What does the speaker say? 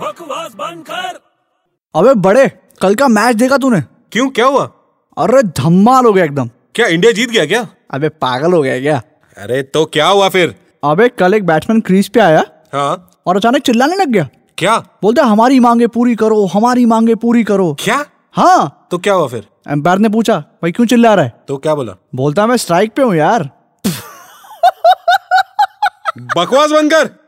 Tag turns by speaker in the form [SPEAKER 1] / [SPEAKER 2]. [SPEAKER 1] बकवास बंद कर
[SPEAKER 2] अबे बड़े कल का मैच देखा तूने
[SPEAKER 3] क्यों क्या हुआ
[SPEAKER 2] अरे धमाल हो गया एकदम
[SPEAKER 3] क्या इंडिया जीत गया क्या
[SPEAKER 2] अबे पागल हो गया क्या
[SPEAKER 3] अरे तो क्या हुआ फिर
[SPEAKER 2] अबे कल एक बैट्समैन क्रीज पे आया
[SPEAKER 3] हाँ
[SPEAKER 2] और अचानक चिल्लाने लग गया
[SPEAKER 3] क्या
[SPEAKER 2] बोलता हमारी मांगे पूरी करो हमारी मांगे पूरी करो
[SPEAKER 3] क्या
[SPEAKER 2] हाँ
[SPEAKER 3] तो क्या हुआ फिर
[SPEAKER 2] एम्पायर ने पूछा भाई क्यों चिल्ला रहा है
[SPEAKER 3] तो क्या बोला
[SPEAKER 2] बोलता मैं स्ट्राइक पे हूँ यार
[SPEAKER 3] बकवास बंद कर